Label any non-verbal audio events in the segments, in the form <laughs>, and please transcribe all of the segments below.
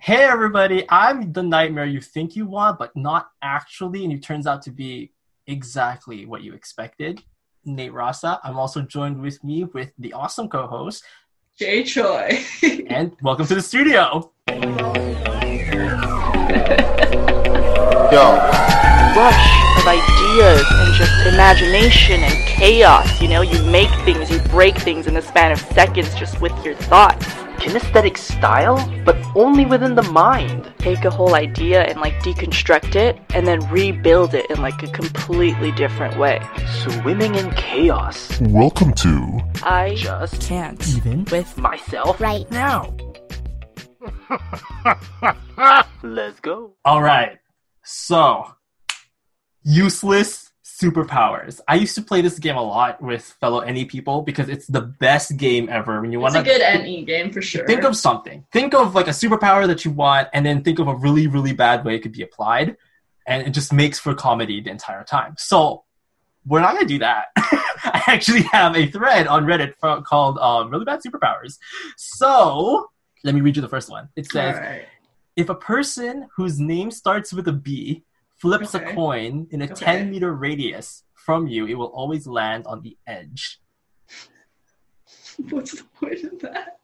hey everybody, I'm the nightmare you think you want, but not actually, and it turns out to be exactly what you expected. Nate Rasa. I'm also joined with me with the awesome co-host Jay Choi. and welcome to the studio. Yo, rush of ideas and just imagination and chaos. You know, you make things, you break things in the span of seconds just with your thoughts. kinesthetic style, but only within the mind. Take a whole idea and like deconstruct it and then rebuild it in like a completely different way. Swimming in chaos. Welcome to I Just can't Even with myself. right now. <laughs> Let's go. All right. So, useless superpowers. I used to play this game a lot with fellow NE people because it's the best game ever. When you want It's to a good E NE game for sure. think of something, think of like a superpower that you want, and then think of a really, really bad way it could be applied, and it just makes for comedy the entire time. So, we're not gonna do that. <laughs> I actually have a thread on Reddit fro- called um, "Really Bad Superpowers." So, let me read you the first one. It says Alright. if a person whose name starts with a B flips Okay. a coin in a Okay. 10 meter radius from you, it will always land on the edge. What's the point of that?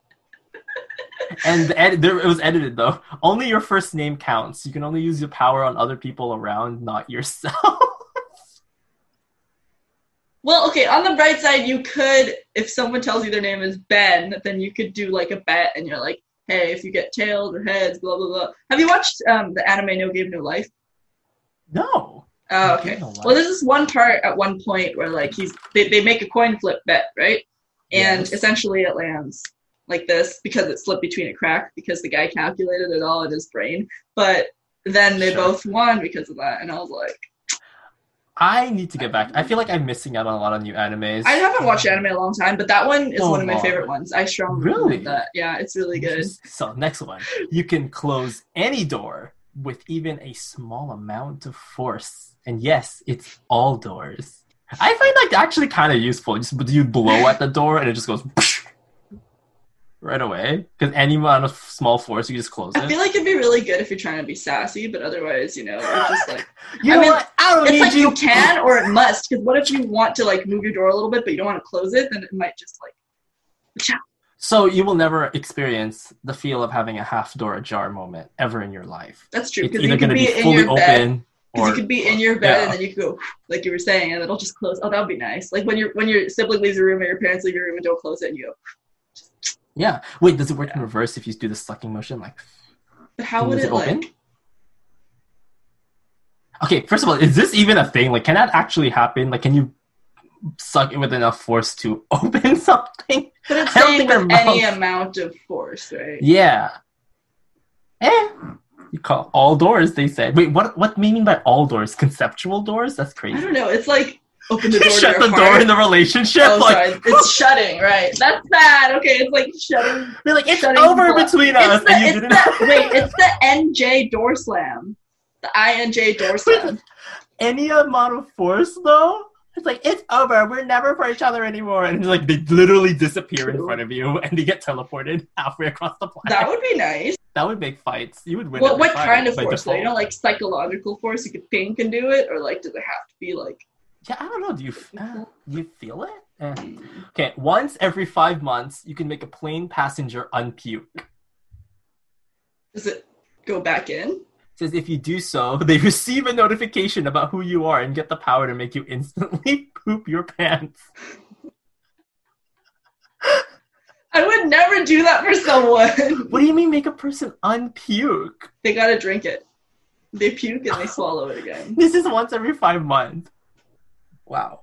And the ed- there, it was edited though. Only your first name counts. You can only use your power on other people around, not yourself. <laughs> Well, okay, on the bright side, you could, if someone tells you their name is Ben, then you could do like a bet and you're like, hey, if you get tails or heads, blah, blah, blah. Have you watched um, the anime No Game No Life? no. No Oh, Game, okay. No Life. Well, there's this one part at one point where like he's they, they make a coin flip bet, right? And Yes. essentially it lands like this because it slipped between a crack because the guy calculated it all in his brain. But then they Sure. both won because of that, and I was like, I need to get back. I feel like I'm missing out on a lot of new animes. Um, I haven't watched anime in a long time, but that one is Oh, one of my Lord. favorite ones. I strongly Really? recommend that. Yeah, it's really good. So, next one. You can close any door with even a small amount of force. And yes, it's all doors. I find that actually kind of useful. Just you blow at the door and it just goes <laughs> right away. Because any amount of small force, you just close I feel it. like it'd be really good if you're trying to be sassy, but otherwise, you know, it's just like You I know mean, what? <laughs> I don't it's need like you. you can or it must. Because what if you want to like move your door a little bit, but you don't want to close it? Then it might just like So you will never experience the feel of having a half door ajar moment ever in your life. that's true. It's Because either you going could to be be in fully your bed. open Because or you could be in your bed yeah. and then you could go like you were saying, and it'll just close. Oh, that would be nice. Like when your when your sibling leaves your room or your parents leave your room and don't close it, and you go. yeah. Wait, does it work in reverse if you do the sucking motion? Like But how Does would it, open? like? Okay, first of all, is this even a thing? Like, can that actually happen? Like, can you suck it with enough force to <laughs> open something? But it's I don't saying think with their any mouth- amount of force, right? Yeah. Eh. You call all doors? They said. Wait, what? What do you mean by all doors? Conceptual doors? That's I crazy. don't know. It's like open the door. to Shut your the door heart. in the relationship. Oh, like, sorry. <laughs> It's shutting, right? That's bad. Okay, it's like shutting. they're like, it's shutting over people up. between us. It's the, and you it's didn't the, wait, it's the NJ door slam. The <laughs> INJ door slam. <laughs> any amount of force though. It's like it's over. We're never for each other anymore. And like they literally disappear in True. front of you, <laughs> and they get teleported halfway across the planet. That would be nice. That would make fights. You would win. What every what fight kind of by force? Though? You know, default. like psychological force. You could think and do it, or like, does it have to be like? yeah, I don't know. Do you f- uh, Mm-hmm. do you feel it? Eh. Okay, once every five months, you can make a plane passenger unpuke. It Does it go back in? says if you do so, <laughs> they receive a notification about who you are and get the power to make you instantly <laughs> poop your pants. I would never do that for someone. <laughs> What do you mean make a person unpuke? they gotta drink it. They puke and they swallow it <laughs> again. This is once every five months. Wow.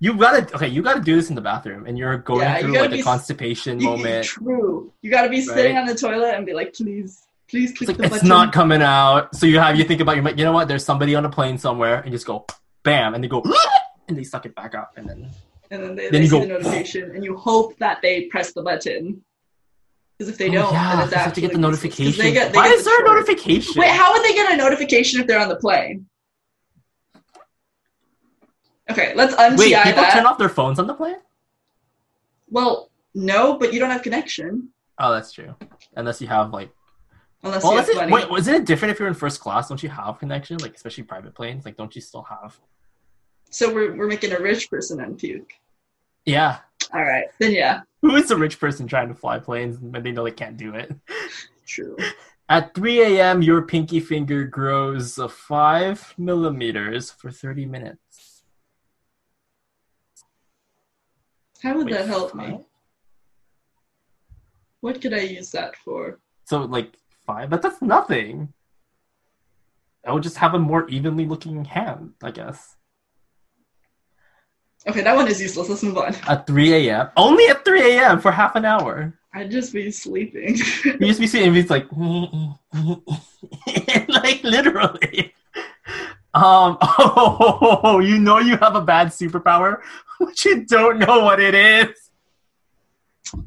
You gotta okay. You gotta do this in the bathroom, and you're going Yeah, you through gotta like be a s- constipation You- moment. True. You gotta be sitting Right. on the toilet and be like, please, please It's click like the it's button. not coming out. So you have you think about your you know what? There's somebody on a plane somewhere, and just go bam, and they go <laughs> and they suck it back up, and then and then they, Then they you see go- the notification, and you hope that they press the button. Because if they Oh, don't, yeah, then 'cause it's you have to get the actually useless. 'Cause notification. They get, they Why get is the there a choice. notification? Wait, how would they get a notification if they're on the plane? Okay, let's unti Wait, people that. turn off their phones on the plane? well, no, but you don't have connection. Oh, that's true. Unless you have like Unless Well, you is have it, money. wait, isn't it different if you're in first class? Don't you have connection? Like especially private planes, like don't you still have? So we're, we're making a rich person on puke. Yeah. <laughs> All right. Then yeah. Who is a rich person trying to fly planes when they know they can't do it? True. At 3 a.m., your pinky finger grows uh, five millimeters for 30 minutes. How would Wait, that help me? five? What could I use that for? So like five, but that's nothing. I would just have a more evenly looking hand, I guess. Okay, that one is useless. Let's move on. At 3 a.m. Only at 3 a.m. for half an hour. I'd just be sleeping. <laughs> <laughs> You just be seeing it's like, like literally. Um, <laughs> oh, you know you have a bad superpower, <laughs> but you don't know what it is.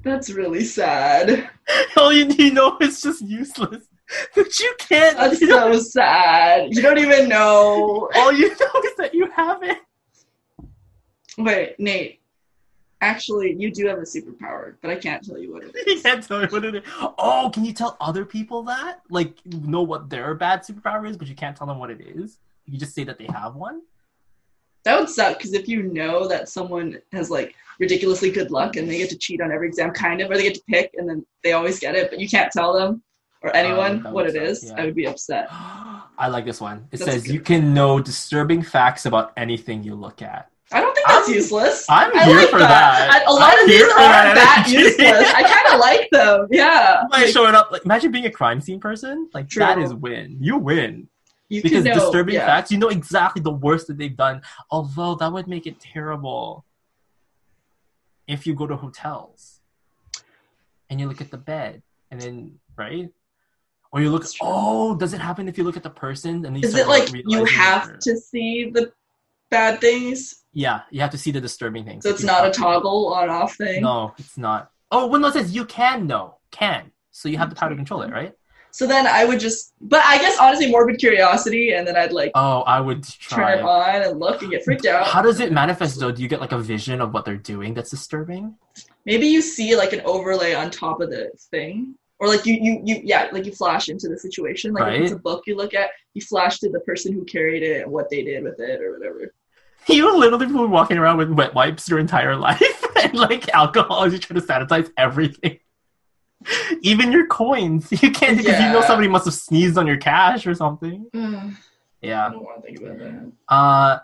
That's really sad. All you, you know is just useless. But you can't. That's <laughs> you don't- so sad. You don't even know. all you know is that you have it. <laughs> Wait, Nate. Actually, you do have a superpower, but I can't tell you what it You can't tell me what it is. Oh, can you tell other people that? Like, you know what their bad superpower is, but you can't tell them what it is? You just say that they have one? That would suck because if you know that someone has like ridiculously good luck and they get to cheat on every exam, kind of, or they get to pick and then they always get it, but you can't tell them or anyone Oh, that what would it is, suck, yeah. I would be upset. <gasps> I like this one. It That's says good. you can know disturbing facts about anything you look at. I don't think that's I'm- useless. I'm I here like for that. I- A lot I'm of here these for are that. that, useless. <laughs> I kind of like them. Yeah. Like, showing up, like imagine being a crime scene person. Like True. that is win. You win You because can know, disturbing yeah. facts. You know exactly the worst that they've done. Although that would make it terrible if you go to hotels and you look at the bed and then right. Or you look. That's true. Oh, does it happen if you look at the person? And then you Is start, it like you realizing have you're- to see the bad things? Yeah, you have to see the disturbing things. So it's not a toggle on off thing? No, it's not. Oh, Windows says you can know. Can. So you have the power to control it, right? So then I would just, but I guess honestly, morbid curiosity, and then I'd like Oh, I would turn try. it on and look and get freaked out. How does it manifest though? Do you get like a vision of what they're doing that's disturbing? <laughs> Maybe you see like an overlay on top of the thing, or like you, you, you yeah, like you flash into the situation. Like if it's a book you look at, you flash to the person who carried it and what they did with it or whatever. You literally were walking around with wet wipes your entire life <laughs> and like alcohol as you try to sanitize everything. <laughs> Even your coins. <laughs> You can't because you know Yeah. somebody must have sneezed on your cash or something. Ugh, I Yeah. don't want to think about that. Uh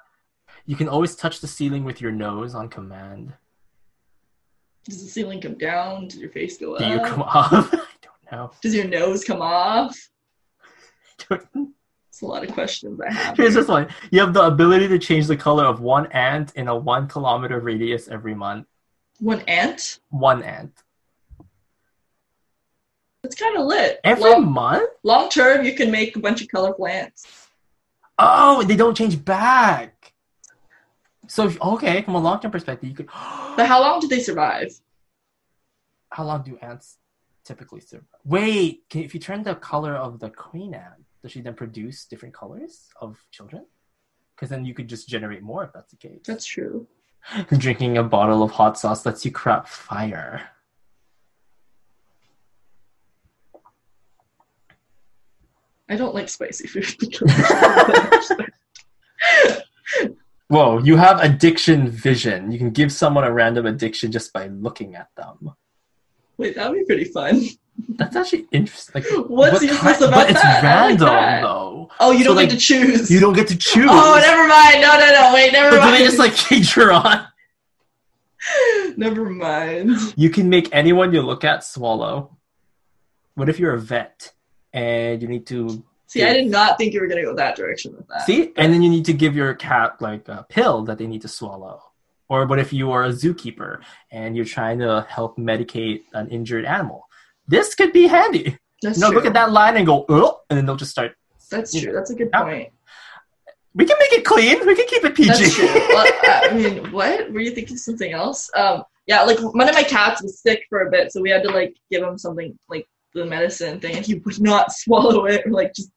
you can always touch the ceiling with your nose on command. Does the ceiling come down? Does your face go up? Do you come <laughs> up? I don't know. Does your nose <laughs> come off? Don't- It's a lot of questions I have. Here's this one. You have the ability to change the color of one ant in a one kilometer radius every month. One ant? One ant. That's kind of lit. Every Long- month? Long term, you can make a bunch of colorful ants. Oh, they don't change back. So, if, okay, from a long term perspective, you could. <gasps> But how long do they survive? How long do ants typically survive? Wait, can, if you turn the color of the queen ant, does she then produce different colors of children? Because then you could just generate more if that's the case. That's true. Drinking a bottle of hot sauce lets you crap fire. I don't like spicy food <laughs> because <laughs> Whoa, you have addiction vision. You can give someone a random addiction just by looking at them. wait, that'd be pretty fun. That's actually interesting. Like, What's what useless kind- about but it's that? I like random that. though. Oh, you So, don't like, get to choose. You don't get to choose. Oh, never mind. No, no, no. Wait, never But do mind. they just like <laughs> hate you on? <laughs> never mind. You can make anyone you look at swallow. What if you're a vet and you need to See, I did not think you were gonna go that direction with that. see, and then you need to give your cat like a pill that they need to swallow? Or what if you are a zookeeper and you're trying to help medicate an injured animal? This could be handy. that's No, true. look at that line and go, oh, and then they'll just start. That's true. That's a good Yeah. point. We can make it clean. We can keep it PG. That's true. <laughs> Well, I mean, what were you thinking? Something else? Um, yeah, like one of my cats was sick for a bit, so we had to like give him something like the medicine thing, and he would not <laughs> swallow it. Or, like just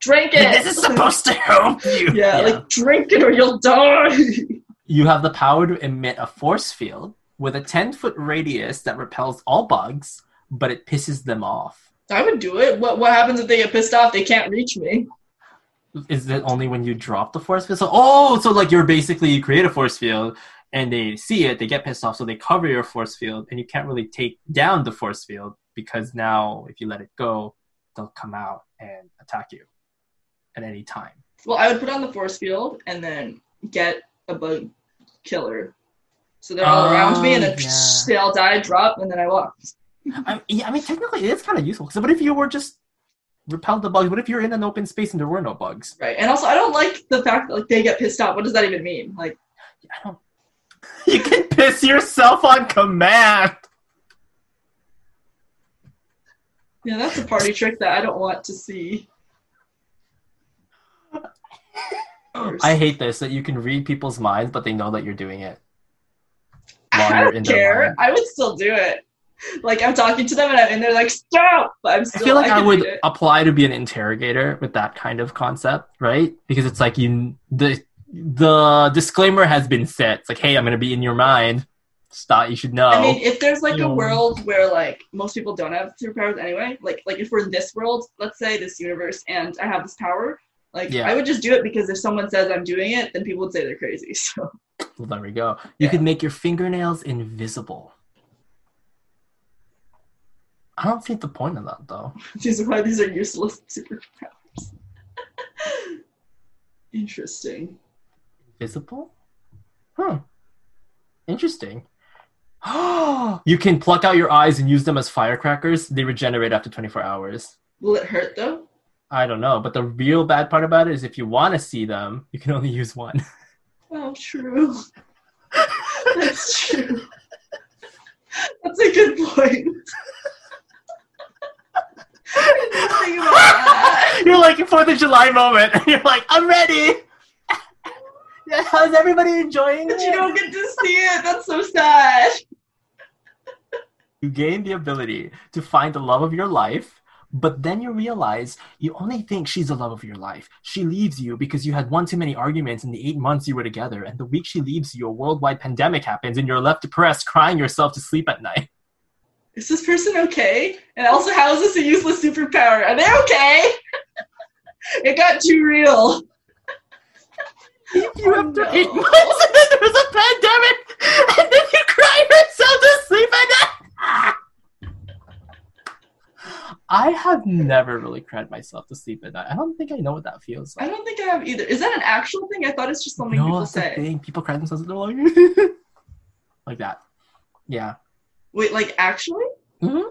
drink it. Like, this is supposed to help you. <laughs> yeah, like drink it or you'll die. <laughs> you have the power to emit a force field with a 10 foot radius that repels all bugs, but it pisses them off. I would do it. What What happens if they get pissed off? They can't reach me. Is it only when you drop the force field? So, oh, so like you're basically you create a force field and they see it, they get pissed off, so they cover your force field, and you can't really take down the force field because now if you let it go, they'll come out and attack you at any time. Well, I would put on the force field and then get a bug killer. So they're all around me, and Oh, then yeah. <laughs> they all die, drop, and then I walk. I, yeah, I mean, technically, it is kind of useful. Because what if you were just repelled the bugs? What if you're in an open space and there were no bugs? <laughs> Right. And also, I don't like the fact that like they get pissed off. What does that even mean? Like, I don't. you can piss yourself on command. yeah, that's a party trick that I don't want to see. I hate this that you can read people's minds, but they know that you're doing it. I Wander don't in their care. mind. I would still do it. Like I'm talking to them and, I'm, and they're like, "Stop!" But I'm I still. feel like I, can would read it. apply to be an interrogator with that kind of concept, right? Because it's like you the the disclaimer has been set. It's like, hey, I'm gonna be in your mind. Stop. You should know. I mean, if there's like Yeah. a world where like most people don't have superpowers anyway, like like if we're in this world, let's say this universe, and I have this power, like Yeah. I would just do it because if someone says I'm doing it, then people would say they're crazy. <laughs> So well, there we go. You Yeah. could make your fingernails invisible. I don't see the point of that though. these are why these are useless superpowers. <laughs> Interesting. Invisible? Hmm. Interesting. <gasps> you can pluck out your eyes and use them as firecrackers. They regenerate after 24 hours. Will it hurt though? I don't know, but the real bad part about it is if you want to see them, you can only use one. <laughs> Oh, true. <laughs> That's true. That's a good point. I didn't think about that. You're like Fourth of July moment. <laughs> You're like, I'm ready. <laughs> Yeah, How's everybody enjoying it? But you don't get to see it. That's so sad. You gain the ability to find the love of your life, but then you realize you only think she's the love of your life. She leaves you because you had one too many arguments in the eight months you were together, and the week she leaves you, a worldwide pandemic happens, and you're left depressed, crying yourself to sleep at night. Is this person okay? And also, how is this a useless superpower? Are they okay? <laughs> it got too real. You Oh, after no. eight months, and then there's a pandemic, and then you cry yourself to sleep at night. I have never really cried myself to sleep at night. I don't think I know what that feels I like. don't think I have either. Is that an actual thing? I thought it's just something No, people that's the say. thing. People cry themselves they're like, <laughs> like that. Yeah. Wait, like actually? Mhm.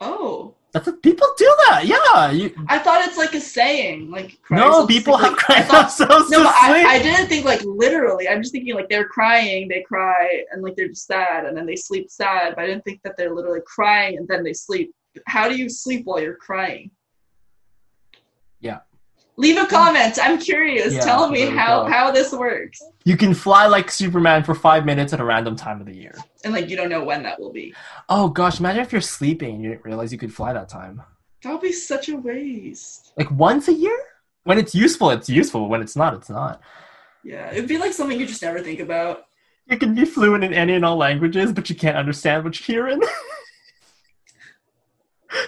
Oh, That's what people do that. Yeah. You, I thought it's like a saying. Like cry no, yourself to people sleep. have Like, I cried thought- themselves No, to but sleep. I, I didn't think like literally. I'm just thinking like they're crying, they cry, and like they're just sad, and then they sleep sad. But I didn't think that they're literally crying and then they sleep. How do you sleep while you're crying? Yeah. Leave a comment. I'm curious. Yeah, Tell me there we how go. how this works, you can fly like Superman for five minutes at a random time of the year. and like you don't know when that will be. Oh gosh, imagine if you're sleeping and you didn't realize you could fly that time. That would be such a waste. Like once a year? When it's useful, it's useful. When it's not, it's not. Yeah, it'd be like something you just never think about. You can be fluent in any and all languages, but you can't understand what you're hearing. <laughs>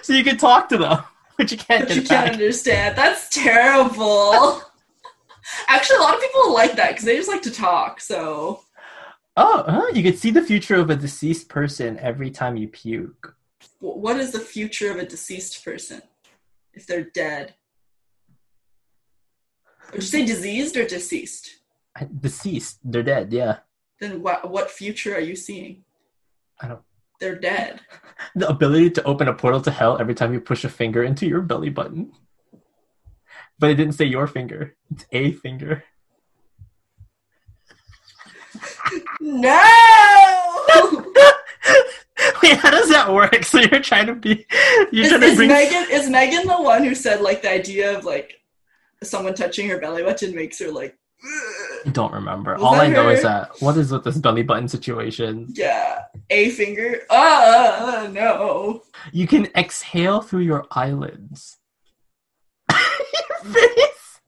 so you can talk to them, <laughs> but you can't But get you it can't back. understand. That's <laughs> terrible. Actually, a lot of people like that because they just like to talk. So Oh, huh? you could see the future of a deceased person every time you puke. Wh- what is the future of a deceased person if they're dead? Would you say diseased or deceased? I- Deceased, they're dead. Yeah, Then what what future are you seeing? I don't. They're dead. The ability to open a portal to hell every time you push a finger into your belly button. But it didn't say your finger. It's a finger. <laughs> No. <laughs> Wait, how does that work? <laughs> So you're trying to be, you're is, trying to is bring. Megan is Megan the one who said like the idea of like someone touching her belly button makes her like I don't remember. Was All that I know is her? that what is with this belly button situation? yeah a finger uh uh, no You can exhale through your eyelids. your <laughs> face.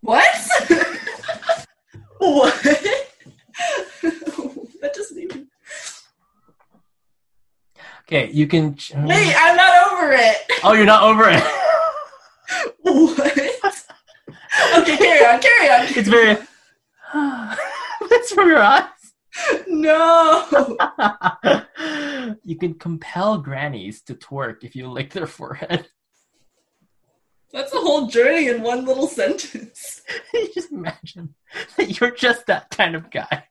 What? what? <laughs> that doesn't even. Okay, you can. Ch- Wait, I'm not over it. Oh, you're not over it. What? okay, carry on, carry on. It's very. <sighs> That's from your eyes. <laughs> No. you can compel grannies to twerk if you lick their forehead. That's a whole journey in one little sentence. <laughs> Can you just imagine that you're just that kind of guy?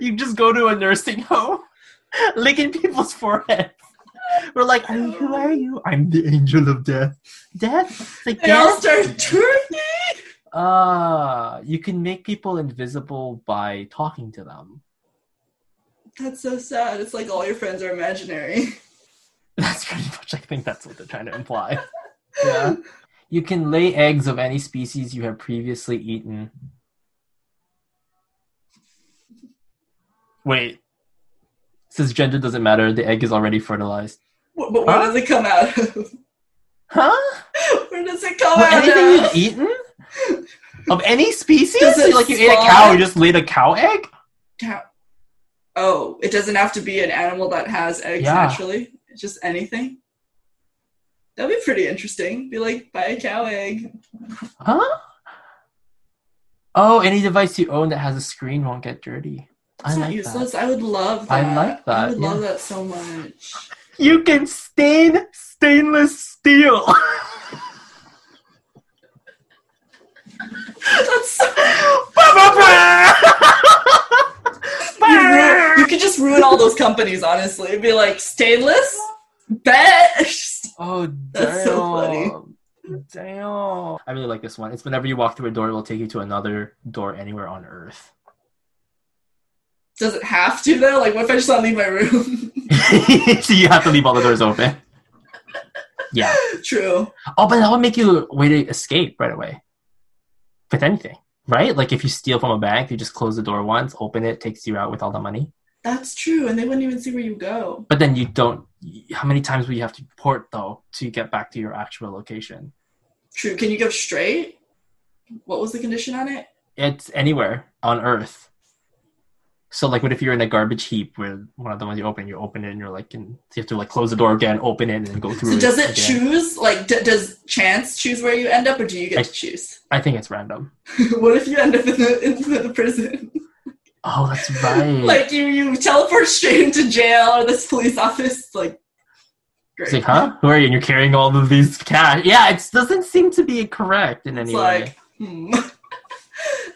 You just go to a nursing home, <laughs> licking people's foreheads. We're like, "And who are you? I'm the angel of death. Death? It's like They all death. start turning. Ah, you can make people invisible by talking to them. That's so sad. It's like all your friends are imaginary. <laughs> That's pretty much. I think that's what they're trying to imply. Yeah. You can lay eggs of any species you have previously eaten. Wait. Since gender doesn't matter, the egg is already fertilized. Wh- But where Huh? does it come out of? <laughs> Huh? Where does it come Well, out anything of? you've eaten? Of any species? Does it like you ate a spawn? cow, you just laid a cow egg? Cow- Oh, it doesn't have to be an animal that has eggs Yeah. naturally. It's just anything. That'd be pretty interesting. Be like, buy a cow egg. Huh? Oh, any device you own that has a screen won't get dirty. I It's not like that. useless. I would love I that. like I that, would love that so much. <laughs> You can stain stainless steel. That's so- you, ru- you oh, could just ruin all those companies, honestly. It'd be like stainless, bet. <laughs> damn. That's so funny. Oh, Damn. I really like this one. It's whenever you walk through a door, it will take you to another door anywhere on Earth. Does it have to though? Like, what if I just not leave my room? <laughs> <laughs> so you have to leave all the doors open. Yeah. True. Oh, but that would make you a way to escape right away. With anything, right? Like if you steal from a bank, you just close the door once, open it, takes you out with all the money. That's true, and they wouldn't even see where you go. But then you don't. How many times will you have to port though to get back to your actual location? True. Can you go straight? What was the condition on it? It's anywhere on Earth. So like, what if you're in a garbage heap where one of the ones you open, you open it, and you're like, and you have to like close the door again, open it, and then go through. So does it again. choose? Like, d- does chance choose where you end up, or do you get to choose? <laughs> I think it's random. what if you end up in the in the prison? Oh, that's right. like you you teleport straight into jail or this police office? Like, great. It's like, huh? Who are you? And you're carrying all of these cash. Yeah, it doesn't seem to be correct in It's any way. like, hmm. <laughs>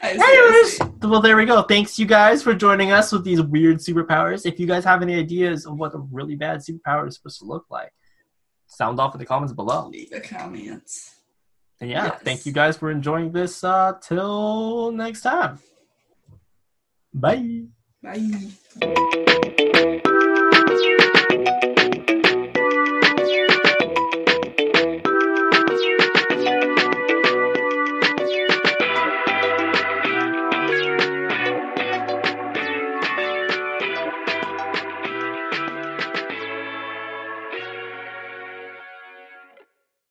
I see, I Anyways, see. well, there we go. Thanks, you guys, for joining us with these weird superpowers. If you guys have any ideas of what a really bad superpower is supposed to look like, sound off in the comments below. Leave the comments. And yeah, Yes. thank you guys for enjoying this. Uh, till next time. Bye. Bye.